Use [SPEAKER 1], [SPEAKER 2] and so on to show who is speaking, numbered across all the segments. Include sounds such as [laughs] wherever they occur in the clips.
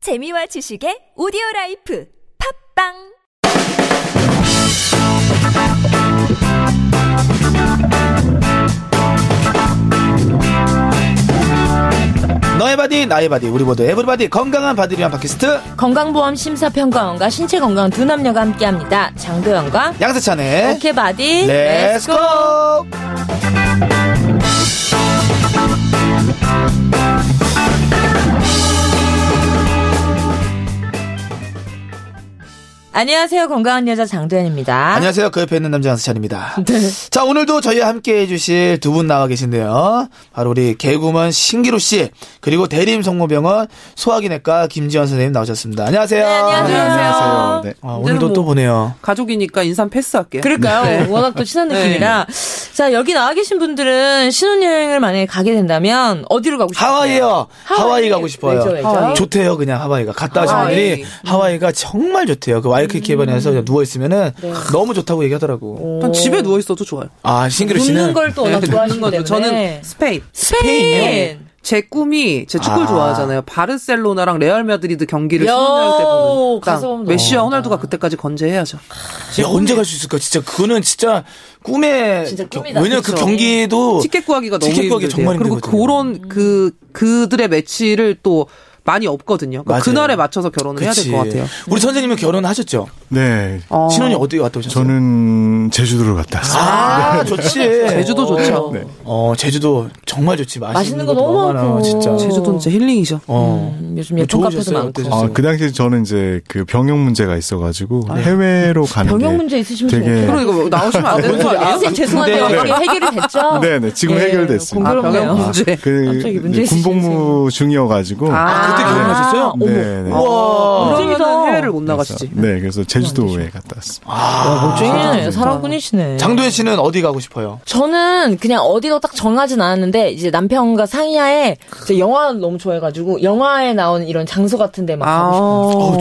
[SPEAKER 1] 재미와 지식의 오디오 라이프 팝빵
[SPEAKER 2] 너의 바디 나의 바디 우리 모두 에브리바디 건강한 바디를 위한 팟캐스트
[SPEAKER 3] 건강보험 심사평가원과 신체 건강 두 남녀가 함께합니다. 장도연과
[SPEAKER 2] 양세찬의
[SPEAKER 3] 오케이
[SPEAKER 2] 네,
[SPEAKER 3] 바디 네,
[SPEAKER 2] 렛츠고
[SPEAKER 3] 안녕하세요. 건강한 여자 장도연입니다.
[SPEAKER 2] 안녕하세요 그 옆에 있는 남자 양세찬입니다
[SPEAKER 3] 네.
[SPEAKER 2] 자 오늘도 저희와 함께 해주실 두 분 나와 계신데요 바로 우리 개구먼 신기루 씨 그리고 대림성모병원 소화기내과 김지원 선생님 나오셨습니다 안녕하세요
[SPEAKER 3] 네, 안녕하세요. 뭐
[SPEAKER 4] 안녕하세요. 네.
[SPEAKER 2] 아, 오늘도 또 보네요
[SPEAKER 4] 가족이니까 인삼
[SPEAKER 2] 네.
[SPEAKER 4] 패스할게요.
[SPEAKER 3] 그럴까요? 워낙 또 친한 느낌이라. 자, 여기 나와 계신 분들은 신혼여행을 만약에 가게 된다면 어디로 가고 싶어요?
[SPEAKER 2] 하와이요 하와이,
[SPEAKER 3] 네. 하와이
[SPEAKER 2] 가고 싶어요
[SPEAKER 3] 왜죠, 왜죠? 하와이.
[SPEAKER 2] 좋대요 그냥 하와이가 갔다 오신
[SPEAKER 3] 하와이. 음.
[SPEAKER 2] 분이 하와이가 정말 좋대요 그 와이키키 해변에서 그냥 누워있으면은
[SPEAKER 3] 네.
[SPEAKER 2] 너무 좋다고 얘기하더라고
[SPEAKER 4] 전 집에 누워 있어도 좋아요.
[SPEAKER 2] 아 신기루
[SPEAKER 3] 묻는
[SPEAKER 2] 씨는
[SPEAKER 3] 걸 또 워낙
[SPEAKER 4] 네,
[SPEAKER 3] 좋아하시기
[SPEAKER 4] 걷는
[SPEAKER 3] 때문에.
[SPEAKER 4] 것도. 저는 스페인.
[SPEAKER 3] 스페인.
[SPEAKER 4] 제 꿈이 제 축구를
[SPEAKER 2] 아.
[SPEAKER 4] 좋아하잖아요. 바르셀로나랑 레알 마드리드 경기를
[SPEAKER 3] 야,
[SPEAKER 4] 스무 살때
[SPEAKER 2] 그
[SPEAKER 4] 보는.
[SPEAKER 3] 가서 보면
[SPEAKER 4] 메시와
[SPEAKER 3] 너무
[SPEAKER 4] 호날두가 그때까지 건재해야죠.
[SPEAKER 2] 야, 언제 갈 수 있을까? 진짜 그거는 진짜 꿈에
[SPEAKER 3] 진짜 꿈이다,
[SPEAKER 2] 왜냐 그
[SPEAKER 3] 그쵸?
[SPEAKER 2] 경기도
[SPEAKER 4] 티켓 구하기가 너무
[SPEAKER 2] 티켓 구하기
[SPEAKER 4] 힘들대요.
[SPEAKER 2] 정말
[SPEAKER 4] 그리고
[SPEAKER 2] 힘들거든요. 음.
[SPEAKER 4] 그런 그 그들의 매치를 또 많이 없거든요.
[SPEAKER 2] 맞아요.
[SPEAKER 4] 그날에 맞춰서 결혼을 해야 될
[SPEAKER 2] 그치.
[SPEAKER 4] 것 같아요.
[SPEAKER 2] 우리 선생님은 결혼하셨죠?
[SPEAKER 5] 네.
[SPEAKER 4] 어,
[SPEAKER 2] 신혼이 어디 갔다 오셨어요?
[SPEAKER 5] 저는 제주도를 갔다 왔어요.
[SPEAKER 2] 아 좋지.
[SPEAKER 4] 네. 제주도
[SPEAKER 3] 아,
[SPEAKER 4] 좋죠.
[SPEAKER 5] 네.
[SPEAKER 2] 어 제주도 정말 좋지. 맛있는,
[SPEAKER 3] 맛있는 거
[SPEAKER 2] 것도
[SPEAKER 3] 너무 많고.
[SPEAKER 2] 진짜.
[SPEAKER 4] 제주도는 음. 진짜 힐링이죠.
[SPEAKER 2] 어.
[SPEAKER 3] 음, 요즘 예쁜 카페도
[SPEAKER 2] 좋으셨어요?
[SPEAKER 3] 많고.
[SPEAKER 2] 어떠셨어요?
[SPEAKER 5] 아, 그 당시에 저는 이제 그 병역 문제가 있어가지고 해외로 가는
[SPEAKER 3] 아, 네. 음, 병역
[SPEAKER 5] 게
[SPEAKER 3] 문제 있으시면
[SPEAKER 5] 되게-
[SPEAKER 3] 되게
[SPEAKER 4] 그럼 이거 뭐 나오시면
[SPEAKER 2] [laughs]
[SPEAKER 4] 안 되는 거 아니에요?
[SPEAKER 3] 선생님 죄송한데요.
[SPEAKER 5] 네.
[SPEAKER 3] 이게 해결이 됐죠?
[SPEAKER 5] 네네, 지금 해결됐습니다.
[SPEAKER 4] 아,
[SPEAKER 3] 예, 공교롭네요.
[SPEAKER 4] 병역 문제.
[SPEAKER 3] 갑자기
[SPEAKER 5] 그
[SPEAKER 3] 문제 있으신
[SPEAKER 5] 군복무 중이어가지고
[SPEAKER 4] 아,
[SPEAKER 2] 그때 결혼하셨어요?
[SPEAKER 5] 네, 네.
[SPEAKER 2] 우와.
[SPEAKER 3] 멋쟁이다.
[SPEAKER 4] 그러면 해외를 못
[SPEAKER 3] 아,
[SPEAKER 5] 그래서,
[SPEAKER 4] 나가시지.
[SPEAKER 5] 네, 그래서 제주도에 갔다 왔습니다.
[SPEAKER 2] 아.
[SPEAKER 3] 멋쟁이네. 사랑꾼이시네.
[SPEAKER 2] 어, 장도현 씨는 어디 가고 싶어요?
[SPEAKER 3] 저는 그냥 어디로 딱 정하진 않았는데 이제 남편과 상의하에 이제 영화를 너무 좋아해가지고 영화에 나온 이런 장소 같은데 막
[SPEAKER 4] 아.
[SPEAKER 3] 가고
[SPEAKER 2] 아.
[SPEAKER 3] 싶어요.
[SPEAKER 2] 어우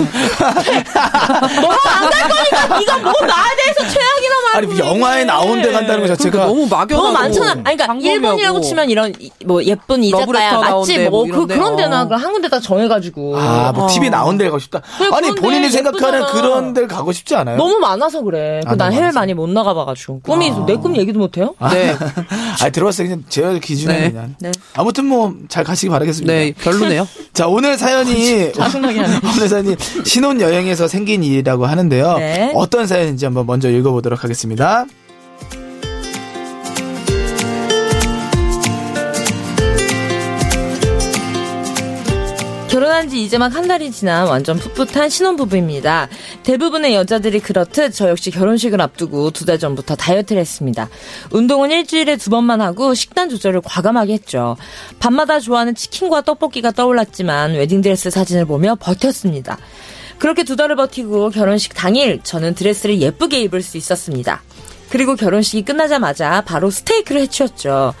[SPEAKER 2] 최악.
[SPEAKER 3] 너안갈 거니까 네가 뭐 나에 대해서 최악이나 말해.
[SPEAKER 2] 아니 그 영화에 나온 데 간다는 것
[SPEAKER 4] 그러니까
[SPEAKER 2] 자체가
[SPEAKER 4] 너무 막연하고
[SPEAKER 3] 너무 많잖아. 아니, 그러니까
[SPEAKER 4] 광범위하고.
[SPEAKER 3] 일본이라고 치면 이런 이- 뭐 예쁜 이자카야
[SPEAKER 4] 러브레터
[SPEAKER 3] 맛집
[SPEAKER 4] 나온데
[SPEAKER 3] 뭐
[SPEAKER 4] 뭐
[SPEAKER 3] 그,
[SPEAKER 4] 이런데.
[SPEAKER 3] 그런 데나
[SPEAKER 4] 어.
[SPEAKER 3] 그걸 한 군데 딱 정해가지고
[SPEAKER 2] 아, 뭐 TV 나온 데를 가고 싶다.
[SPEAKER 3] 그래,
[SPEAKER 2] 아니
[SPEAKER 3] 그런데
[SPEAKER 2] 본인이 생각하는
[SPEAKER 3] 예쁘잖아.
[SPEAKER 2] 그런 데를 가고 싶지 않아요?
[SPEAKER 3] 너무 많아서 그래.
[SPEAKER 2] 아,
[SPEAKER 3] 그 난
[SPEAKER 2] 너무
[SPEAKER 3] 해외
[SPEAKER 2] 많아서. 아.
[SPEAKER 3] 많이 못 나가봐가지고 꿈이 내 꿈 얘기도 못해요.
[SPEAKER 4] 네.
[SPEAKER 2] [laughs] 아니 들어봤어요. 그냥 제 기준은
[SPEAKER 4] 네.
[SPEAKER 2] 그냥. 아무튼 뭐 잘 가시기 바라겠습니다.
[SPEAKER 4] 네, 별로네요.
[SPEAKER 2] 자 오늘 [laughs] 사연이
[SPEAKER 3] 어, 짜증나게 하네.
[SPEAKER 2] 오늘 사연이 신혼 여행에서 생긴 일이라고 하는데요.
[SPEAKER 3] 네.
[SPEAKER 2] 어떤 사연인지 한번 먼저 읽어보도록 하겠습니다.
[SPEAKER 3] 결혼한 지 이제 막 한 달이 지난 완전 풋풋한 신혼부부입니다. 대부분의 여자들이 그렇듯 저 역시 결혼식을 앞두고 두 달 전부터 다이어트를 했습니다. 운동은 일주일에 두 번만 하고 식단 조절을 과감하게 했죠. 밤마다 좋아하는 치킨과 떡볶이가 떠올랐지만 웨딩드레스 사진을 보며 버텼습니다. 그렇게 두 달을 버티고 결혼식 당일 저는 드레스를 예쁘게 입을 수 있었습니다. 그리고 결혼식이 끝나자마자 바로 스테이크를 해치웠죠.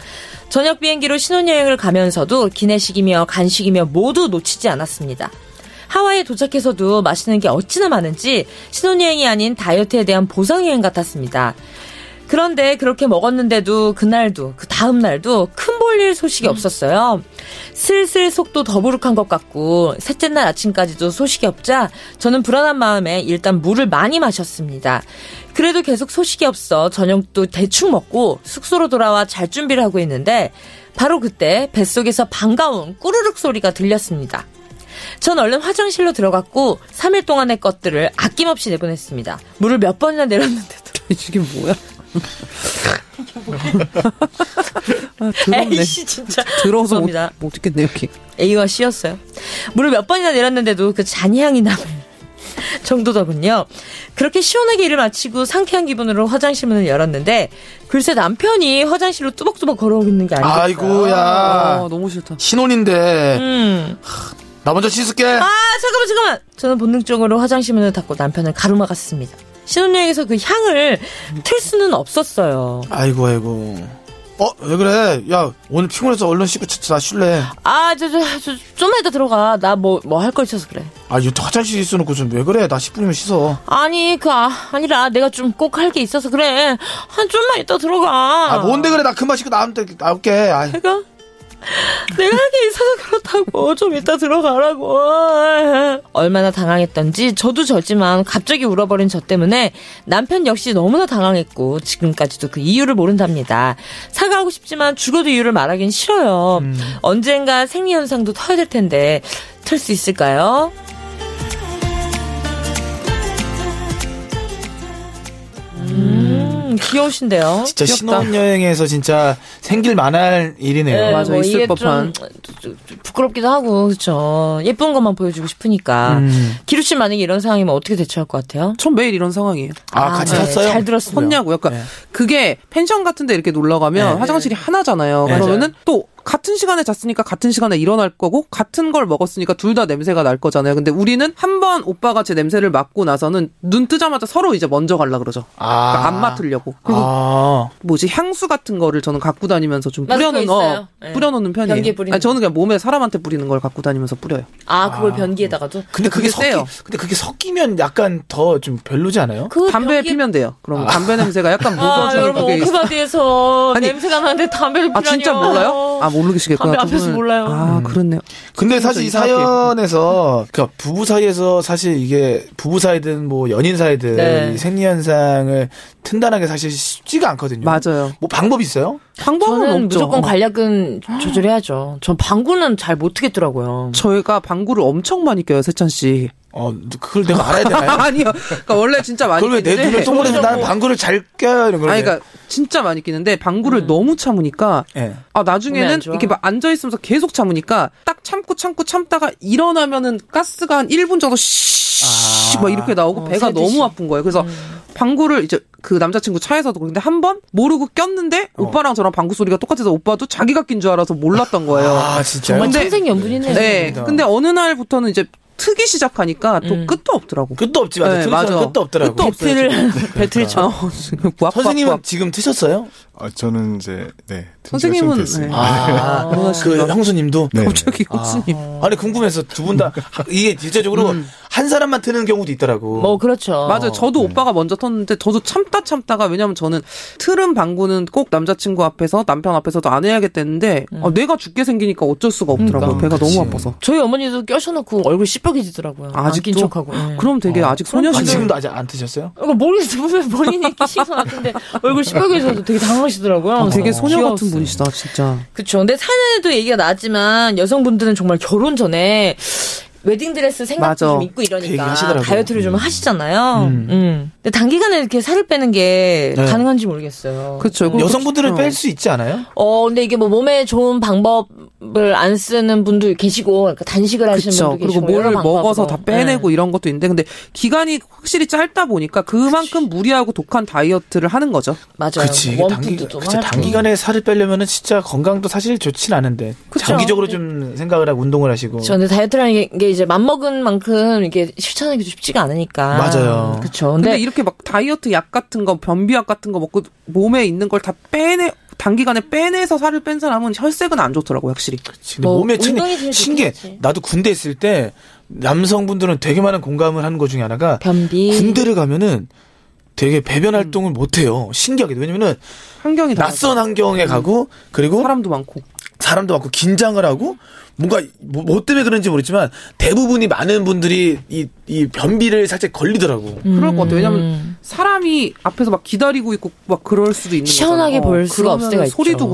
[SPEAKER 3] 저녁 비행기로 신혼여행을 가면서도 기내식이며 간식이며 모두 놓치지 않았습니다. 하와이에 도착해서도 맛있는 게 어찌나 많은지 신혼여행이 아닌 다이어트에 대한 보상여행 같았습니다. 그런데 그렇게 먹었는데도 그날도 그 다음 날도 큰 볼일 소식이 없었어요. 슬슬 속도 더부룩한 것 같고 셋째 날 아침까지도 소식이 없자 저는 불안한 마음에 일단 물을 많이 마셨습니다. 그래도 계속 소식이 없어 저녁도 대충 먹고 숙소로 돌아와 잘 준비를 하고 있는데 바로 그때 뱃속에서 반가운 꾸르륵 소리가 들렸습니다. 전 얼른 화장실로 들어갔고 3일 동안의 것들을 아낌없이 내보냈습니다. 물을 몇 번이나 내렸는데도
[SPEAKER 4] [laughs] 이게 뭐야? [laughs] 아, 더럽네.
[SPEAKER 3] 에이씨 진짜
[SPEAKER 4] 더러워서 못,
[SPEAKER 3] 죄송합니다.
[SPEAKER 4] 못 듣겠네 여기.
[SPEAKER 3] A와 C였어요. 물을 몇 번이나 내렸는데도 그 잔향이 남을 [laughs] 정도더군요. 그렇게 시원하게 일을 마치고 상쾌한 기분으로 화장실 문을 열었는데 글쎄 남편이 화장실로 뚜벅뚜벅 걸어오는 게 아니에요. 어.
[SPEAKER 2] 아이고야
[SPEAKER 4] 아, 너무 싫다.
[SPEAKER 2] 신혼인데
[SPEAKER 3] 음.
[SPEAKER 2] 나 먼저 씻을게.
[SPEAKER 3] 아 잠깐만 잠깐만. 저는 본능적으로 화장실 문을 닫고 남편을 가로막았습니다. 신혼여행에서 그 향을 틀 수는 없었어요.
[SPEAKER 2] 아이고 아이고. 어 왜 그래? 야 오늘 피곤해서 얼른 씻고 자- 자 쉴래.
[SPEAKER 3] 아 저 저 좀 이따 들어가. 나 뭐 뭐 할 거 있어서 그래.
[SPEAKER 2] 아 이거 화장실 있어놓고 좀 왜 그래? 나 10분이면 씻어.
[SPEAKER 3] 아니 그 아, 아니라 내가 좀 꼭 할 게 있어서 그래. 한 좀만 이따 들어가.
[SPEAKER 2] 아 뭔데 그래? 나 그만 씻고 나한테 나올게. 아이,
[SPEAKER 3] 내가 내가 하기 있어서 그렇다고 좀 이따 들어가라고 얼마나 당황했던지 저도 저지만 갑자기 울어버린 저 때문에 남편 역시 너무나 당황했고 지금까지도 그 이유를 모른답니다 사과하고 싶지만 죽어도 이유를 말하긴 싫어요 언젠가 생리현상도 터야 될 텐데 틀 수 있을까요? 음, 귀여우신데요
[SPEAKER 2] 진짜
[SPEAKER 4] 귀엽다.
[SPEAKER 2] 신혼여행에서 진짜 생길 만할 일이네요.
[SPEAKER 3] 네,
[SPEAKER 4] 맞아,
[SPEAKER 3] 뭐
[SPEAKER 4] 있을
[SPEAKER 3] 이게 좀
[SPEAKER 4] 법한.
[SPEAKER 3] 부끄럽기도 하고 그렇죠. 예쁜 것만 보여주고 싶으니까.
[SPEAKER 2] 음.
[SPEAKER 3] 기루 씨 만약에 이런 상황이면 어떻게 대처할 것 같아요?
[SPEAKER 4] 전 매일 이런 상황이에요.
[SPEAKER 2] 아, 같이
[SPEAKER 3] 네,
[SPEAKER 2] 탔어요?
[SPEAKER 3] 잘 들었습니다.
[SPEAKER 4] 혼냐고. 약간
[SPEAKER 2] 네.
[SPEAKER 4] 그게 펜션 같은데 이렇게 놀러 가면 화장실이 하나잖아요.
[SPEAKER 2] 네.
[SPEAKER 4] 그러면은 또 같은 시간에 잤으니까 같은 시간에 일어날 거고 같은 걸 먹었으니까 둘 다 냄새가 날 거잖아요. 근데 우리는 한 번 오빠가 제 냄새를 맡고 나서는 눈 뜨자마자 서로 이제 먼저 갈라 그러죠.
[SPEAKER 2] 아.
[SPEAKER 4] 그러니까 안 맡으려고. 그리고
[SPEAKER 2] 아.
[SPEAKER 4] 뭐지 향수 같은 거를 저는 갖고 다니면서 좀
[SPEAKER 3] 맞아, 그거
[SPEAKER 4] 뿌려놓는
[SPEAKER 3] 있어요.
[SPEAKER 4] 어,
[SPEAKER 3] 네.
[SPEAKER 4] 뿌려놓는 편이에요.
[SPEAKER 3] 변기에 뿌리는
[SPEAKER 4] 아니, 저는 그냥 몸에 사람한테 뿌리는 걸 갖고 다니면서 뿌려요.
[SPEAKER 3] 아 그걸 변기에다가도.
[SPEAKER 2] 근데 그게,
[SPEAKER 4] 그게
[SPEAKER 2] 섞이,
[SPEAKER 4] 세요.
[SPEAKER 2] 근데 그게 섞이면 약간 더 좀 별로지 않아요?
[SPEAKER 3] 그
[SPEAKER 4] 담배 피면 돼요. 그럼 담배 냄새가 약간
[SPEAKER 3] 아
[SPEAKER 4] 무거워서
[SPEAKER 3] 여러분
[SPEAKER 4] 그게 있어요.
[SPEAKER 3] 오크바디에서
[SPEAKER 4] 아니,
[SPEAKER 3] 냄새가 나는데 담배를 피라니요.
[SPEAKER 4] 아 진짜 몰라요? 아 모르시겠구나.
[SPEAKER 3] 담배 앞에서
[SPEAKER 4] 두 분은.
[SPEAKER 3] 몰라요.
[SPEAKER 2] 음.
[SPEAKER 4] 아 그렇네요.
[SPEAKER 2] 근데 사실 이
[SPEAKER 4] 이상하게.
[SPEAKER 2] 사연에서 그러니까 부부 사이에서 사실 이게 부부 사이든 뭐 연인 사이든
[SPEAKER 3] 네.
[SPEAKER 2] 이 생리 현상을 튼단하게 사실 쉽지가 않거든요.
[SPEAKER 4] 맞아요.
[SPEAKER 2] 뭐 방법 있어요?
[SPEAKER 4] 방법은
[SPEAKER 3] 저는
[SPEAKER 4] 없죠.
[SPEAKER 3] 무조건
[SPEAKER 4] 어.
[SPEAKER 3] 관략은 조절해야죠. 전 방구는 잘 못 트겠더라고요.
[SPEAKER 4] 저희가 방구를 엄청 많이 껴요, 세찬 씨.
[SPEAKER 2] 어 그걸 내가 알아야 되나요?
[SPEAKER 4] [laughs] 아니요. 그러니까 원래 진짜 많이
[SPEAKER 2] 그걸 왜 내
[SPEAKER 4] 끼는데.
[SPEAKER 2] 눈에 동그래서 난 방구를 잘 껴요 이런 걸.
[SPEAKER 4] 아니, 그러니까 진짜 많이 끼는데 방구를
[SPEAKER 2] 음.
[SPEAKER 4] 너무 참으니까
[SPEAKER 2] 예.
[SPEAKER 4] 아
[SPEAKER 3] 몸에 안
[SPEAKER 4] 나중에는
[SPEAKER 3] 좋아.
[SPEAKER 4] 이렇게 막 앉아 있으면서 계속 참으니까 딱 참고 참고 참다가 일어나면은 가스가 한 1분 정도 씩
[SPEAKER 2] 아.
[SPEAKER 4] 막 이렇게 나오고
[SPEAKER 3] 어,
[SPEAKER 4] 배가
[SPEAKER 3] 새듯이.
[SPEAKER 4] 너무 아픈 거예요. 그래서 방구를 이제 그 남자친구 차에서도 그런데 한 번 모르고 꼈는데
[SPEAKER 2] 어.
[SPEAKER 4] 오빠랑 저랑 방구 소리가 똑같아서 오빠도 자기가 낀 줄 알아서 몰랐던 거예요.
[SPEAKER 2] 아 진짜요?
[SPEAKER 3] 정말
[SPEAKER 4] 근데-
[SPEAKER 3] 천생 연분이네요.
[SPEAKER 4] 네.
[SPEAKER 2] 죄송합니다.
[SPEAKER 4] 근데 어느 날부터는 이제 트기 시작하니까 또 끝도 없더라고.
[SPEAKER 2] 끝도 없지 맞아.
[SPEAKER 4] 네,
[SPEAKER 2] 네,
[SPEAKER 4] 맞아.
[SPEAKER 2] 끝도 없더라고.
[SPEAKER 4] 끝도 없어요, 네. 어,
[SPEAKER 2] 배틀을-
[SPEAKER 4] 배틀 쳐.
[SPEAKER 2] 선생님은 지금 트셨어요?
[SPEAKER 5] 아, 저는 이제 네.
[SPEAKER 4] 선생님은,
[SPEAKER 5] 됐습니다.
[SPEAKER 4] 네.
[SPEAKER 2] 아, 그 형수님도.
[SPEAKER 5] 네.
[SPEAKER 4] 갑자기 교수님.
[SPEAKER 2] 아니 궁금해서 두 분 다 이게 대체적으로 한 사람만 트는 경우도 있더라고.
[SPEAKER 3] 뭐 그렇죠.
[SPEAKER 4] 맞아요. 저도 오빠가 먼저 텄는데 저도 참다 참다가 왜냐면 저는 틀은 방구는 꼭 남자친구 앞에서 남편 앞에서도 안 해야겠다는데
[SPEAKER 3] 음.
[SPEAKER 4] 아, 내가 죽게 생기니까 어쩔 수가 없더라고요.
[SPEAKER 2] 그러니까.
[SPEAKER 4] 배가
[SPEAKER 2] 그치.
[SPEAKER 4] 너무 아파서.
[SPEAKER 3] 저희 어머니도 껴셔놓고 얼굴 시뻘개지더라고요. 안낀
[SPEAKER 4] 아직도
[SPEAKER 3] 척하고. 예.
[SPEAKER 4] 그럼 되게 아직
[SPEAKER 2] 아,
[SPEAKER 4] 소녀시대.
[SPEAKER 2] 지금도 아직 안 트셨어요?
[SPEAKER 3] 이거 모르겠어. 보면 본인이 끼신 것 같은데 얼굴 시뻘개져서 되게 당황하시더라고요.
[SPEAKER 4] 아, 음, 되게
[SPEAKER 3] 그래서
[SPEAKER 4] 소녀 같은
[SPEAKER 3] 귀여웠어요.
[SPEAKER 4] 분이시다 진짜.
[SPEAKER 3] 그쵸. 근데 사연에도 얘기가 나지만 여성분들은 정말 결혼 전에 웨딩드레스 생각도
[SPEAKER 4] 맞아.
[SPEAKER 3] 좀 입고
[SPEAKER 2] 그 얘기
[SPEAKER 3] 이러니까
[SPEAKER 2] 하시더라고요.
[SPEAKER 3] 다이어트를 좀 하시잖아요.
[SPEAKER 2] 음.
[SPEAKER 3] 음. 근데 단기간에 이렇게 살을 빼는 게
[SPEAKER 2] 네.
[SPEAKER 3] 가능한지 모르겠어요.
[SPEAKER 4] 그렇죠.
[SPEAKER 2] 여성분들은 뺄 수 있지 않아요?
[SPEAKER 3] 어, 근데 이게 뭐 몸에 좋은 방법을 안 쓰는 분도 계시고, 그러니까 단식을 하시는
[SPEAKER 4] 그렇죠.
[SPEAKER 3] 분도
[SPEAKER 4] 그리고
[SPEAKER 3] 계시고.
[SPEAKER 4] 뭘
[SPEAKER 3] 여러
[SPEAKER 4] 먹어서 다
[SPEAKER 3] 방법으로. 예. 음.
[SPEAKER 4] 빼내고 이런 것도 있는데 근데 기간이 확실히 짧다 보니까 그만큼 무리하고 독한 다이어트를 하는 거죠.
[SPEAKER 3] 네. 맞아요.
[SPEAKER 2] 그치. 이게 단기,
[SPEAKER 3] 원푸드도 좀
[SPEAKER 2] 그치
[SPEAKER 3] 하고.
[SPEAKER 2] 단기간에 살을 빼려면은 진짜 건강도 사실 좋진 않은데
[SPEAKER 3] 그쵸.
[SPEAKER 2] 장기적으로 좀 생각을 하고 운동을 하시고
[SPEAKER 3] 그쵸. 근데 다이어트라는 게- 게 이제 맘먹은 만큼 이게 실천하기 쉽지가 않으니까.
[SPEAKER 2] 맞아요.
[SPEAKER 3] 그쵸.
[SPEAKER 4] 근데,
[SPEAKER 3] 근데,
[SPEAKER 4] 이렇게 막 다이어트 약 같은 거, 변비약 같은 거 먹고 몸에 있는 걸 다 빼내 단기간에 빼내서 살을 뺀 사람은 혈색은 안 좋더라고요, 확실히.
[SPEAKER 2] 근데
[SPEAKER 3] 뭐
[SPEAKER 2] 몸에
[SPEAKER 3] 운동이
[SPEAKER 2] 층이
[SPEAKER 3] 제일
[SPEAKER 2] 신기해.
[SPEAKER 3] 좋겠지.
[SPEAKER 2] 나도 군대 있을 때 남성분들은 되게 많은 공감을 하는 것 중에 하나가
[SPEAKER 3] 변비.
[SPEAKER 2] 군대를 가면은 되게 배변
[SPEAKER 4] 음.
[SPEAKER 2] 활동을 못 해요. 신기하게도 왜냐면은
[SPEAKER 4] 환경이 다
[SPEAKER 2] 낯선 환경에 가고 그리고
[SPEAKER 4] 음. 사람도 많고.
[SPEAKER 2] 사람도 많고 긴장을 하고 뭔가 뭐, 뭐 때문에 그런지 모르지만 대부분이 많은 분들이 이, 이 변비를 살짝 걸리더라고.
[SPEAKER 3] 음.
[SPEAKER 4] 그럴 것 같아요. 왜냐면 사람이 앞에서 막 기다리고 있고 막 그럴 수도 있는
[SPEAKER 3] 시원하게
[SPEAKER 4] 거잖아.
[SPEAKER 3] 볼 수가 없을 때가
[SPEAKER 4] 그러면은 소리도
[SPEAKER 3] 있죠. 음.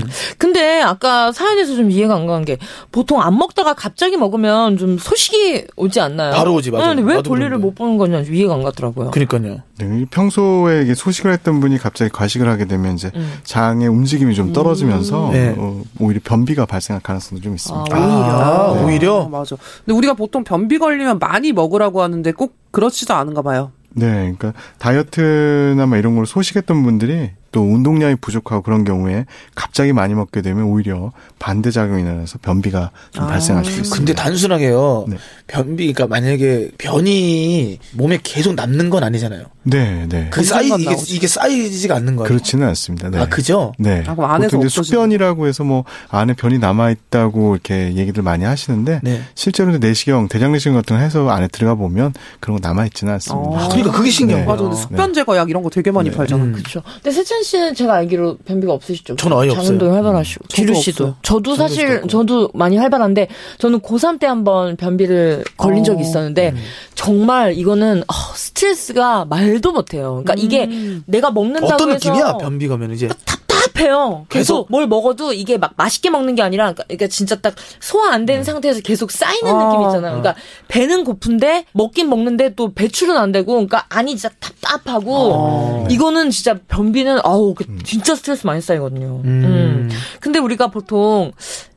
[SPEAKER 4] 그렇고.
[SPEAKER 3] 근데 아까 사연에서 좀 이해가 안 가는 게 보통 안 먹다가 갑자기 먹으면 좀 소식이 오지 않나요?
[SPEAKER 2] 바로 오지, 맞아요.
[SPEAKER 3] 네, 근데 왜
[SPEAKER 2] 나도
[SPEAKER 3] 볼일을
[SPEAKER 2] 그런데.
[SPEAKER 3] 못 보는 건지 아주 이해가 안 가더라고요.
[SPEAKER 2] 그러니까요.
[SPEAKER 5] 네, 평소에 이게 소식을 했던 분이 갑자기 과식을 하게 되면 이제
[SPEAKER 3] 음.
[SPEAKER 5] 장의 움직임이 좀 떨어지면서
[SPEAKER 2] 네.
[SPEAKER 5] 어, 오히려 변비가 발생할 가능성도 좀 있습니다.
[SPEAKER 3] 아,
[SPEAKER 2] 아,
[SPEAKER 4] 네.
[SPEAKER 2] 오히려?
[SPEAKER 4] 아, 맞아. 근데 우리가 보통 변비 걸리면 많이 먹으라고 하는데 꼭 그렇지도 않은가 봐요.
[SPEAKER 5] 네, 그러니까 다이어트나 막 이런 걸 소식했던 분들이 또 운동량이 부족하고 그런 경우에 갑자기 많이 먹게 되면 오히려 반대 작용이 일어나서 변비가 좀 발생할 수도 있습니다.
[SPEAKER 2] 근데 단순하게요.
[SPEAKER 5] 네.
[SPEAKER 2] 변비 그러니까 만약에 변이 몸에 계속 남는 건 아니잖아요.
[SPEAKER 5] 네, 네.
[SPEAKER 2] 그 쌓이
[SPEAKER 4] 금방
[SPEAKER 2] 이게,
[SPEAKER 4] 나오죠.
[SPEAKER 2] 이게 쌓이지가 않는 거예요.
[SPEAKER 5] 그렇지는 않습니다. 네.
[SPEAKER 2] 아 그죠?
[SPEAKER 5] 네.
[SPEAKER 4] 아, 그럼 안에서
[SPEAKER 5] 보통 이제
[SPEAKER 4] 없어지는
[SPEAKER 5] 숙변이라고 해서 뭐 안에 변이 남아 있다고 이렇게 얘기들 많이 하시는데
[SPEAKER 2] 네.
[SPEAKER 5] 실제로 이제 내시경, 대장 내시경 같은 거 해서 안에 들어가 보면 그런 거 남아 있지는 않습니다.
[SPEAKER 4] 아,
[SPEAKER 2] 그러니까 그게 신기한
[SPEAKER 5] 네.
[SPEAKER 2] 거예요.
[SPEAKER 4] 맞아,
[SPEAKER 3] 어,
[SPEAKER 4] 근데 숙변 제거약 이런 거 되게 많이 팔잖아.
[SPEAKER 2] 음.
[SPEAKER 3] 그렇죠. 근데 세찬 씨는 제가 알기로 변비가 없으시죠?
[SPEAKER 2] 전 아예 없어요. 음.
[SPEAKER 3] 장운동 활발하시고.
[SPEAKER 4] 저도
[SPEAKER 3] 기루 씨도.
[SPEAKER 4] 없어요.
[SPEAKER 3] 저도 사실
[SPEAKER 2] 없고.
[SPEAKER 3] 저도 많이 활발한데 저는 고3 때 한 번 변비를 걸린
[SPEAKER 4] 어.
[SPEAKER 3] 적이 있었는데
[SPEAKER 2] 음.
[SPEAKER 3] 정말 이거는 어, 스트레스가 말도 못해요. 그러니까 이게 내가 먹는다고
[SPEAKER 2] 음. 어떤
[SPEAKER 3] 해서
[SPEAKER 2] 느낌이야? 변비 가면 이제
[SPEAKER 3] 답답해요. 계속,
[SPEAKER 2] 계속?
[SPEAKER 3] 뭘 먹어도 이게 막 맛있게 먹는 게 아니라, 그러니까- 그러니까 진짜 딱 소화 안
[SPEAKER 5] 네.
[SPEAKER 3] 되는 상태에서 계속 쌓이는
[SPEAKER 4] 아,
[SPEAKER 3] 느낌 있잖아요. 그러니까 배는 고픈데 먹긴 먹는데 또 배출은 안 되고, 그러니까 안이 진짜 답답하고
[SPEAKER 5] 아, 네.
[SPEAKER 3] 이거는 진짜 변비는 아우 그
[SPEAKER 5] 음.
[SPEAKER 3] 진짜 스트레스 많이 쌓이거든요. 음. 근데 우리가 보통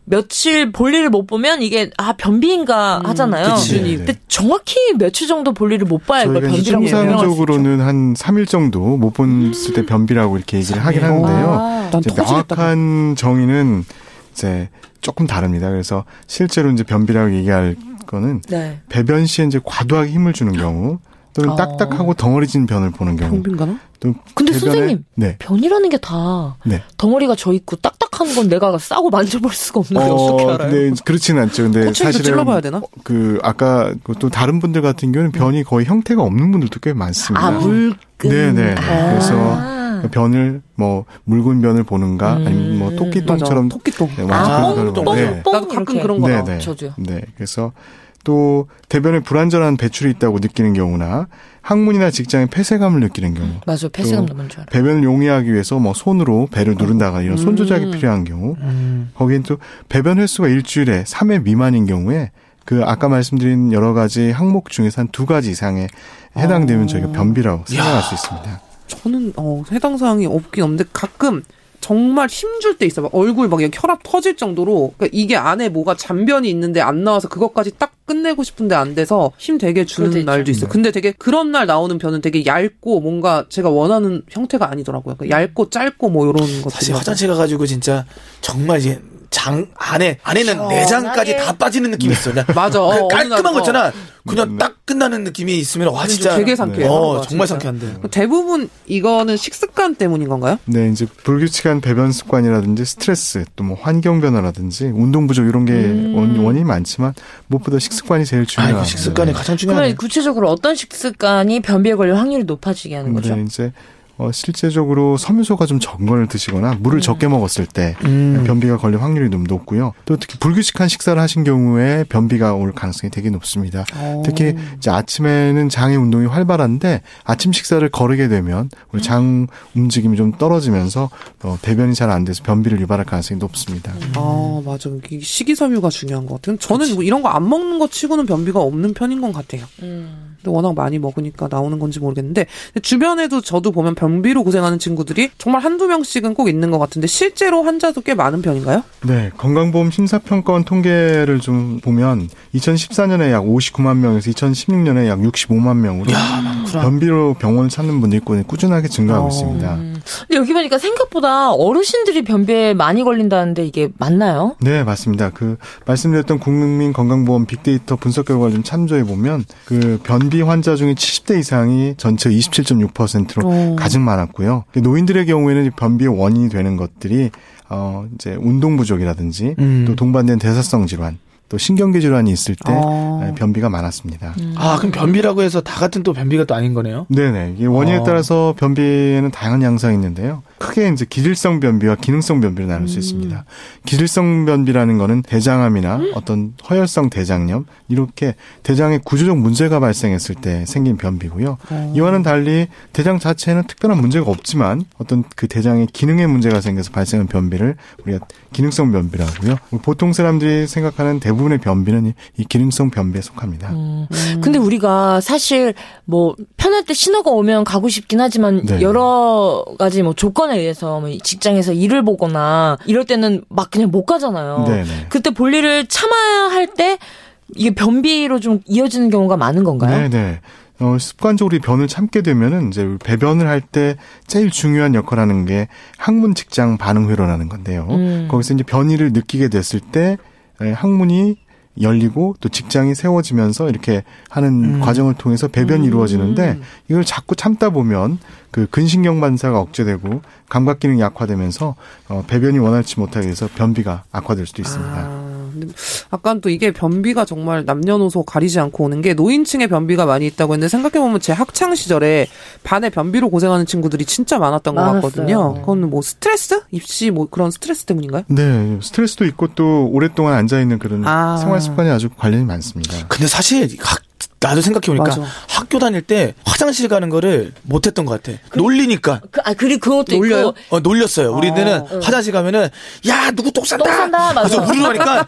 [SPEAKER 3] 며칠 볼일을 못 보면 이게 아 변비인가 하잖아요.
[SPEAKER 5] 그치. 네, 네.
[SPEAKER 3] 근데 정확히 며칠 정도 볼일을 못
[SPEAKER 2] 아, 그러니까 그
[SPEAKER 3] 봐야 이걸
[SPEAKER 5] 저희가 이제
[SPEAKER 3] 변비라고 유명할 수 있죠.
[SPEAKER 5] 통상적으로는 한 3일 정도 못 봤을 때 변비라고 이렇게 얘기를 하긴
[SPEAKER 2] 삼일.
[SPEAKER 5] 하는데요.
[SPEAKER 3] 아.
[SPEAKER 4] 난
[SPEAKER 5] 이제
[SPEAKER 4] 터지겠다.
[SPEAKER 5] 명확한 정의는 이제 조금 다릅니다. 그래서 실제로 이제 변비라고 얘기할 거는
[SPEAKER 3] 네.
[SPEAKER 5] 배변 시에 이제 과도하게 힘을 주는 경우 또는
[SPEAKER 3] 어.
[SPEAKER 5] 딱딱하고 덩어리진 변을 보는 경우
[SPEAKER 4] 병빈가나?
[SPEAKER 5] 또는
[SPEAKER 3] 근데
[SPEAKER 5] 배변에-
[SPEAKER 3] 선생님.
[SPEAKER 5] 네.
[SPEAKER 3] 변이라는 게 다
[SPEAKER 5] 네.
[SPEAKER 3] 덩어리가 져 있고 딱딱한 건 내가 싸고 만져볼 수가 없는 데
[SPEAKER 5] 어,
[SPEAKER 3] 어떻게 알아요?
[SPEAKER 5] 근데 그렇지는 않죠. 근데
[SPEAKER 4] 꼬챙이도
[SPEAKER 5] 사실은
[SPEAKER 4] 찔러봐야 되나?
[SPEAKER 5] 그 아까 그또 다른 분들 같은 경우는 변이 거의 형태가 없는 분들도 꽤 많습니다.
[SPEAKER 3] 아 물끈.
[SPEAKER 5] 네네.
[SPEAKER 3] 아.
[SPEAKER 5] 그래서 변을 뭐 묽은 변을 보는가 아니면 뭐 토끼똥처럼
[SPEAKER 4] 맞아. 토끼똥.
[SPEAKER 5] 네,
[SPEAKER 3] 아,
[SPEAKER 5] 완전
[SPEAKER 3] 뻥,
[SPEAKER 5] 변을
[SPEAKER 3] 뻥,
[SPEAKER 5] 보는- 네.
[SPEAKER 3] 뻥, 뻥
[SPEAKER 4] 나도 가끔
[SPEAKER 3] 이렇게.
[SPEAKER 4] 그런 거
[SPEAKER 5] 네,
[SPEAKER 4] 나.
[SPEAKER 5] 네.
[SPEAKER 3] 저도요.
[SPEAKER 5] 네. 그래서 또 대변에 불안전한 배출이 있다고 느끼는 경우나 항문이나 직장에 폐쇄감을 느끼는 경우
[SPEAKER 3] 맞아, 폐쇄감
[SPEAKER 5] 또
[SPEAKER 3] 넘은 줄 알아.
[SPEAKER 5] 배변을 용이하기 위해서 뭐 손으로 배를 누른다거나 이런 손 조작이
[SPEAKER 4] 음.
[SPEAKER 5] 필요한 경우 거기엔 또 배변 횟수가 일주일에 3회 미만인 경우에 그 아까 말씀드린 여러 가지 항목 중에서 한 두 가지 이상에 해당되면
[SPEAKER 4] 어.
[SPEAKER 5] 저희가 변비라고 생각할 수 있습니다.
[SPEAKER 4] 저는 어, 해당 사항이 없긴 없는데 가끔 정말 힘줄 때 있어. 막 얼굴 막 그냥 혈압 터질 정도로 그러니까 이게 안에 뭐가 잔변이 있는데 안 나와서 그것까지 딱 끝내고 싶은데 안 돼서 힘 되게
[SPEAKER 3] 그럴 때
[SPEAKER 4] 주는
[SPEAKER 3] 있죠.
[SPEAKER 4] 날도 있어요. 근데 되게 그런 날 나오는 변은 되게 얇고 뭔가 제가 원하는 형태가 아니더라고요. 그러니까 얇고 짧고 뭐 이런 것들.
[SPEAKER 2] 사실 화장실 가가지고 진짜 정말 이제 장 안에 안에는 내장까지 다 빠지는 느낌이 있어. 그냥
[SPEAKER 4] [laughs] 맞아.
[SPEAKER 2] 그
[SPEAKER 4] 어, 어느
[SPEAKER 2] 깔끔한
[SPEAKER 4] 날,
[SPEAKER 2] 거 있잖아.
[SPEAKER 5] 음,
[SPEAKER 2] 그냥
[SPEAKER 5] 네.
[SPEAKER 2] 딱 끝나는 느낌이 있으면 와 진짜
[SPEAKER 4] 되게 상쾌해요.
[SPEAKER 2] 어
[SPEAKER 4] 맞아,
[SPEAKER 2] 정말
[SPEAKER 4] 진짜.
[SPEAKER 2] 상쾌한데.
[SPEAKER 4] 어. 대부분 이거는 식습관 때문인 건가요?
[SPEAKER 5] 네, 이제 불규칙한 배변 습관이라든지 스트레스, 또 뭐 환경 변화라든지 운동 부족 이런 게 원- 원인이 많지만 무엇보다 식습관이 제일
[SPEAKER 2] 음. 아
[SPEAKER 5] 중요합니다.
[SPEAKER 2] 이거 식습관이 가장 중요하네.
[SPEAKER 3] 그러면 구체적으로 어떤 식습관이 변비에 걸릴 확률이 높아지게 하는 거죠?
[SPEAKER 5] 근데 이제 어, 실제적으로 섬유소가 좀 적은 걸 드시거나 물을 적게 먹었을 때
[SPEAKER 2] 음.
[SPEAKER 5] 변비가 걸릴 확률이 좀 높고요. 또 특히 불규칙한 식사를 하신 경우에 변비가 올 가능성이 되게 높습니다. 특히 이제 아침에는 장의 운동이 활발한데 아침 식사를 거르게 되면 우리 장 움직임이 좀 떨어지면서 어, 배변이 잘 안 돼서 변비를 유발할 가능성이 높습니다.
[SPEAKER 4] 아 맞아. 이 식이섬유가 중요한 것 같아요. 저는 뭐 이런 거 안 먹는 것 치고는 변비가 없는 편인 것 같아요.
[SPEAKER 3] 음.
[SPEAKER 4] 근데 워낙 많이 먹으니까 나오는 건지 모르겠는데 근데 주변에도 저도 보면 변비로 고생하는 친구들이 정말 한두 명씩은 꼭 있는 것 같은데 실제로 환자도 꽤 많은 편인가요?
[SPEAKER 5] 네, 건강보험 심사평가원 통계를 좀 보면 2014년에 약 59만 명에서 2016년에 약 65만 명으로 변비로 병원을 찾는 분들이 꾸- 꾸준하게 증가하고
[SPEAKER 4] 어.
[SPEAKER 5] 있습니다.
[SPEAKER 3] 근데 여기 보니까 생각보다 어르신들이 변비에 많이 걸린다는데 이게 맞나요?
[SPEAKER 5] 네, 맞습니다. 그 말씀드렸던 국민 건강보험 빅데이터 분석 결과를 좀 참조해 보면 그 변비 환자 중에 70대 이상이 전체 27.6%로 가장 많았고요. 노인들의 경우에는 이 변비의 원인이 되는 것들이 어 이제 운동 부족이라든지
[SPEAKER 2] 음.
[SPEAKER 5] 또 동반된 대사성 질환, 또 신경계 질환이 있을 때
[SPEAKER 4] 어.
[SPEAKER 5] 변비가 많았습니다.
[SPEAKER 2] 아 그럼 변비라고 해서 다 같은 또 변비가 또 아닌 거네요.
[SPEAKER 5] 네네. 이게 원인에
[SPEAKER 2] 어.
[SPEAKER 5] 따라서 변비에는 다양한 양상이 있는데요. 크게 이제 기질성 변비와 기능성 변비로 나눌 수 있습니다. 기질성 변비라는 거는 대장암이나 어떤 허혈성 대장염 이렇게 대장의 구조적 문제가 발생했을 때 생긴 변비고요. 이와는 달리 대장 자체에는 특별한 문제가 없지만 어떤 그 대장의 기능에 문제가 생겨서 발생한 변비를 우리가 기능성 변비라고요. 보통 사람들이 생각하는 대부분의 변비는 이- 이 기능성 변비에 속합니다.
[SPEAKER 3] 음. 근데 우리가 사실 뭐 편할 때 신호가 오면 가고 싶긴 하지만
[SPEAKER 5] 네.
[SPEAKER 3] 여러 가지 뭐 조건에 의해서 뭐 직장에서 일을 보거나 이럴 때는 막 그냥 못 가잖아요.
[SPEAKER 5] 네, 네.
[SPEAKER 3] 그때 볼일을 참아야 할 때 이게 변비로 좀 이어지는 경우가 많은 건가요?
[SPEAKER 5] 네네. 어, 습관적으로 이 변을 참게 되면은 이제 우리 배변을 할 때 제일 중요한 역할하는 게 항문
[SPEAKER 3] 음.
[SPEAKER 5] 직장 반응 회로라는 건데요. 거기서 이제 변이를 느끼게 됐을 때 에, 예, 항문이 열리고 또 직장이 세워지면서 이렇게 하는
[SPEAKER 3] 음.
[SPEAKER 5] 과정을 통해서 배변이 이루어지는데 이걸 자꾸 참다 보면 그 근신경 반사가 억제되고 감각 기능이 약화되면서 어, 배변이 원활치 못하게 돼서 변비가 악화될 수도 있습니다.
[SPEAKER 4] 아, 근데 아까 또 이게 변비가 정말 남녀노소 가리지 않고 오는 게 노인층의 변비가 많이 있다고 했는데 생각해보면 제 학창 시절에 반에 변비로 고생하는 친구들이 진짜 많았던 것
[SPEAKER 3] 많았어요.
[SPEAKER 4] 같거든요. 그건 뭐 스트레스? 입시 뭐 그런 스트레스 때문인가요?
[SPEAKER 5] 네, 스트레스도 있고 또 오랫동안 앉아 있는 그런
[SPEAKER 4] 아.
[SPEAKER 5] 생활 습관이 아주 관련이 많습니다.
[SPEAKER 2] 근데 사실 학, 나도 생각해보니까
[SPEAKER 4] 맞아.
[SPEAKER 2] 학교 다닐 때 화장실 가는 거를 못했던 것 같아. 놀리니까.
[SPEAKER 3] 그, 아, 그리고 그것도
[SPEAKER 4] 놀려요?
[SPEAKER 3] 있고.
[SPEAKER 2] 어, 놀렸어요. 우리는
[SPEAKER 4] 어.
[SPEAKER 2] 화장실 가면은, 야, 누구 똑 싼다!
[SPEAKER 3] 똑 싼다, 맞아.
[SPEAKER 2] 그래서 우르르 하니까,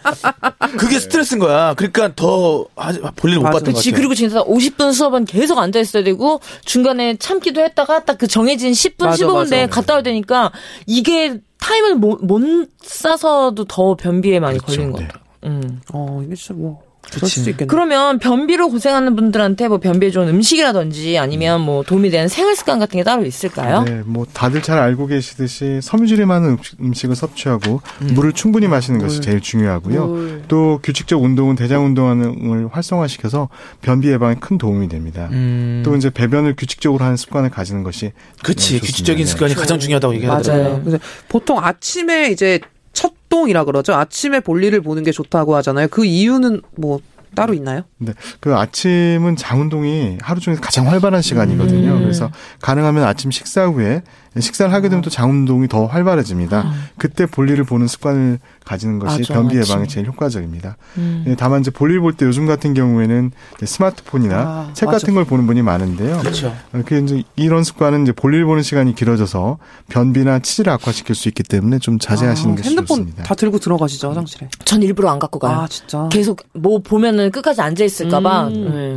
[SPEAKER 2] 그게 스트레스인 거야. 그러니까 더, 하- 볼일 못
[SPEAKER 4] 맞아.
[SPEAKER 2] 봤던 것
[SPEAKER 3] 그치,
[SPEAKER 2] 같아.
[SPEAKER 3] 그리고 진짜 50분 수업은 계속 앉아있어야 되고, 중간에 참기도 했다가 딱 그 정해진 10분,
[SPEAKER 4] 맞아,
[SPEAKER 3] 15분 내에
[SPEAKER 4] 맞아.
[SPEAKER 3] 갔다 와야 되니까, 이게 타임을 못, 못 싸서도 더 변비에 많이
[SPEAKER 4] 그렇죠.
[SPEAKER 3] 걸리는 것
[SPEAKER 5] 네.
[SPEAKER 3] 같아요. 음.
[SPEAKER 4] 어, 이게 진짜 뭐. 그럴
[SPEAKER 2] 그치.
[SPEAKER 4] 수도 있겠네.
[SPEAKER 3] 그러면 변비로 고생하는 분들한테 뭐 변비에 좋은 음식이라든지 아니면 뭐 도움이 되는 생활 습관 같은 게 따로 있을까요?
[SPEAKER 5] 네, 뭐 다들 잘 알고 계시듯이 섬유질이 많은 음식, 을 섭취하고 물을 충분히 마시는 것이 제일 중요하고요. 또 규칙적 운동은 대장 운동을 활성화시켜서 변비 예방에 큰 도움이 됩니다. 또 이제 배변을 규칙적으로 하는 습관을 가지는 것이
[SPEAKER 2] 음. 그치.
[SPEAKER 5] 좋습니다.
[SPEAKER 2] 규칙적인
[SPEAKER 5] 네.
[SPEAKER 2] 습관이 가장 중요하다고 얘기하더라고요.
[SPEAKER 4] 맞아요. 그래서 보통 아침에 이제 첫 동이라 그러죠. 아침에 볼일을 보는 게 좋다고 하잖아요. 그 이유는 뭐 따로 있나요?
[SPEAKER 5] 네. 그 아침은 장운동이 하루 중에 가장 활발한
[SPEAKER 4] 음.
[SPEAKER 5] 시간이거든요. 그래서 가능하면 아침 식사 후에 식사를 하게 되면 또 장운동이 더 활발해집니다. 그때 볼일을 보는 습관을 가지는 것이
[SPEAKER 4] 아. 맞아, 아침.
[SPEAKER 5] 변비
[SPEAKER 4] 음.
[SPEAKER 5] 예방에 제일 효과적입니다. 예, 다만 이제 볼일 볼 때 요즘 같은 경우에는 이제 스마트폰이나
[SPEAKER 4] 아,
[SPEAKER 5] 책
[SPEAKER 4] 맞아.
[SPEAKER 5] 같은 걸 보는 분이 많은데요.
[SPEAKER 2] 그렇죠.
[SPEAKER 5] 어, 그 이제 이런 습관은 이제 볼일 보는 시간이 길어져서 변비나 치질을 악화시킬 수 있기 때문에 좀 자제하시는
[SPEAKER 4] 아,
[SPEAKER 5] 것이
[SPEAKER 4] 핸드폰
[SPEAKER 5] 좋습니다.
[SPEAKER 4] 다 들고 들어가시죠 화장실에.
[SPEAKER 3] 전 일부러 안
[SPEAKER 2] 네.
[SPEAKER 3] 갖고 가요.
[SPEAKER 4] 아 진짜.
[SPEAKER 3] 계속 뭐 보면은 끝까지 앉아 있을까봐 네,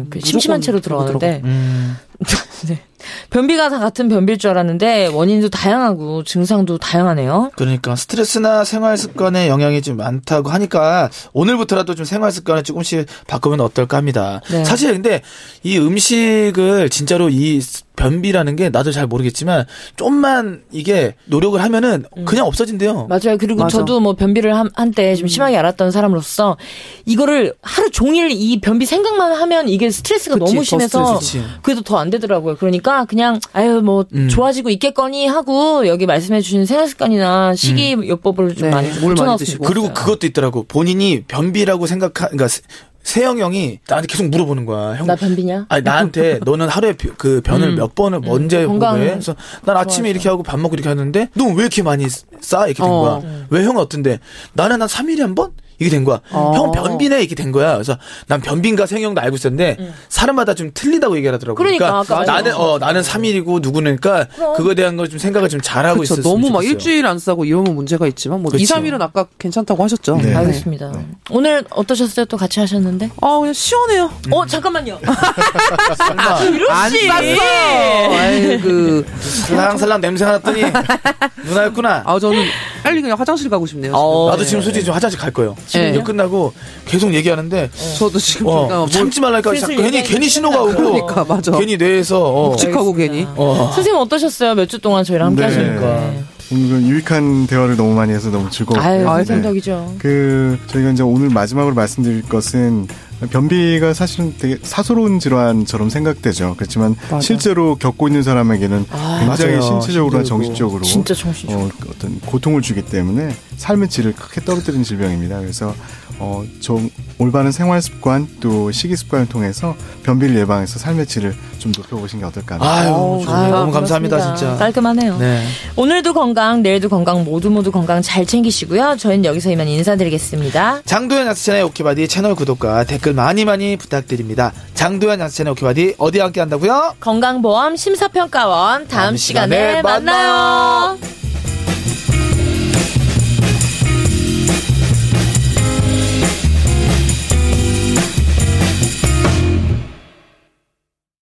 [SPEAKER 3] 그
[SPEAKER 4] 음.
[SPEAKER 3] 심심한 채로
[SPEAKER 4] 무조건 들고
[SPEAKER 3] 들어가는데
[SPEAKER 2] 음.
[SPEAKER 3] [laughs] 네. 변비가 다 같은 변비일 줄 알았는데 원인도 다양하고 증상도 다양하네요.
[SPEAKER 2] 그러니까 스트레스나 생활 습관에 영향이 좀 많다고 하니까 오늘부터라도 좀 생활 습관을 조금씩 바꾸면 어떨까 합니다.
[SPEAKER 3] 네.
[SPEAKER 2] 사실 근데 이 음식을 진짜로 이 변비라는 게 나도 잘 모르겠지만 좀만 이게 노력을 하면은 그냥 없어진대요.
[SPEAKER 3] 맞아요. 그리고
[SPEAKER 4] 맞아.
[SPEAKER 3] 저도 뭐 변비를 한- 한때 좀 심하게 알았던 사람으로서 이거를 하루 종일 이 변비 생각만 하면 이게 스트레스가
[SPEAKER 4] 그치,
[SPEAKER 3] 너무
[SPEAKER 4] 더
[SPEAKER 3] 심해서
[SPEAKER 2] 스트레스, 그치.
[SPEAKER 3] 그래도 더 안 되더라고요. 그러니까 그냥 아유 뭐
[SPEAKER 2] 음.
[SPEAKER 3] 좋아지고 있겠거니 하고 여기 말씀해 주신 생활 습관이나 식이 요법을 좀
[SPEAKER 4] 네,
[SPEAKER 3] 음. 많이
[SPEAKER 4] 물 많이
[SPEAKER 3] 고쳐놨으면
[SPEAKER 4] 드시고.
[SPEAKER 3] 좋겠어요.
[SPEAKER 2] 그리고 그것도 있더라고. 본인이 변비라고 생각하, 그러니까 세- 세영 형이 나한테 계속 물어보는 거야. 형,
[SPEAKER 3] 나 변비냐?
[SPEAKER 2] 아니 나한테 너는 하루에 비- 그 변을 몇 번을 언제 보고
[SPEAKER 3] 건강을
[SPEAKER 2] 해? 그래서 난 아침에 이렇게 하고 밥 먹고 이렇게 하는데 넌 왜 이렇게 많이 싸 이렇게 된
[SPEAKER 4] 어.
[SPEAKER 2] 거야. 왜 형은 어떤데? 나는 한 3일에 한 번? 이게 된 거야.
[SPEAKER 4] 어.
[SPEAKER 2] 형 변비네 이렇게 된 거야. 그래서 난 변비인가 생형도 알고 있었는데 사람마다 좀 틀리다고 얘기를 하더라고.
[SPEAKER 3] 그러니까, 아까
[SPEAKER 2] 나는 어 나는 3일이고 누구니까 그거에 대한 걸 좀 생각을 그렇죠. 좀 잘하고
[SPEAKER 4] 그렇죠.
[SPEAKER 2] 있었어.
[SPEAKER 4] 너무 막 일주일 안 싸고 이러면 문제가 있지만 뭐
[SPEAKER 2] 그치.
[SPEAKER 4] 2, 3일은 아까 괜찮다고 하셨죠.
[SPEAKER 5] 네.
[SPEAKER 3] 알겠습니다.
[SPEAKER 5] 네.
[SPEAKER 3] 오늘 어떠셨어요? 또 같이 하셨는데?
[SPEAKER 4] 아 그냥 시원해요.
[SPEAKER 3] 어 잠깐만요.
[SPEAKER 2] [laughs]
[SPEAKER 4] 안
[SPEAKER 3] 이러시.
[SPEAKER 2] 예.
[SPEAKER 4] 쌌어요. 아유 그.
[SPEAKER 2] 살랑살랑 냄새 났더니 누나였구나.
[SPEAKER 4] 아 저는 빨리 그냥 화장실 가고 싶네요. 지금.
[SPEAKER 3] 어,
[SPEAKER 2] 나도 지금 솔직히 좀 화장실 갈 거예요.
[SPEAKER 4] 네.
[SPEAKER 2] 이거 끝나고 계속 얘기하는데
[SPEAKER 4] 저도 지금
[SPEAKER 2] 어,
[SPEAKER 4] 잠깐 뭘
[SPEAKER 2] 참지 말라니까
[SPEAKER 3] 슬슬
[SPEAKER 2] 자꾸 괜히
[SPEAKER 3] 얘기하기
[SPEAKER 2] 괜히 신호가 오고
[SPEAKER 4] 그러니까, 맞아.
[SPEAKER 2] 괜히 뇌에서 어,
[SPEAKER 4] 묵직하고 괜히.
[SPEAKER 2] 어.
[SPEAKER 3] 선생님 어떠셨어요? 몇 주 동안 저희랑 함께
[SPEAKER 5] 네.
[SPEAKER 3] 하시니까.
[SPEAKER 5] 오늘 그 유익한 대화를 너무 많이 해서 너무 즐거웠고요.
[SPEAKER 3] 아유,
[SPEAKER 5] 네.
[SPEAKER 2] 어,
[SPEAKER 3] 감성덕이죠.
[SPEAKER 5] 그 저희가 이제 오늘 마지막으로 말씀드릴 것은 변비가 사실은 되게 사소로운 질환처럼 생각되죠. 그렇지만
[SPEAKER 4] 맞아.
[SPEAKER 5] 실제로 겪고 있는 사람에게는 굉장히
[SPEAKER 2] 맞아요.
[SPEAKER 5] 신체적으로나
[SPEAKER 2] 힘들고.
[SPEAKER 5] 정신적으로
[SPEAKER 3] 진짜 정신적으로.
[SPEAKER 5] 어, 어떤 고통을 주기 때문에 삶의 질을 크게 떨어뜨리는 질병입니다. 그래서 어, 좀 올바른 생활 습관 또 식이 습관을 통해서 변비를 예방해서 삶의 질을 좀 높여보신 게 어떨까 합니다.
[SPEAKER 2] 아유,
[SPEAKER 4] 어우,
[SPEAKER 2] 좋네요.
[SPEAKER 4] 아유,
[SPEAKER 2] 너무 감사합니다
[SPEAKER 3] 그렇습니다.
[SPEAKER 2] 진짜.
[SPEAKER 3] 깔끔하네요.
[SPEAKER 2] 네.
[SPEAKER 3] 오늘도 건강, 내일도 건강, 모두 모두 건강 잘 챙기시고요. 저희는 여기서 이만 인사드리겠습니다.
[SPEAKER 2] 장도연 양수찬의 오키바디 채널 구독과 댓글 많이 많이 부탁드립니다. 장도연 양수찬의 오키바디 어디 함께 한다고요?
[SPEAKER 3] 건강보험 심사평가원 다음,
[SPEAKER 2] 다음 시간에
[SPEAKER 3] 시간에 만나요.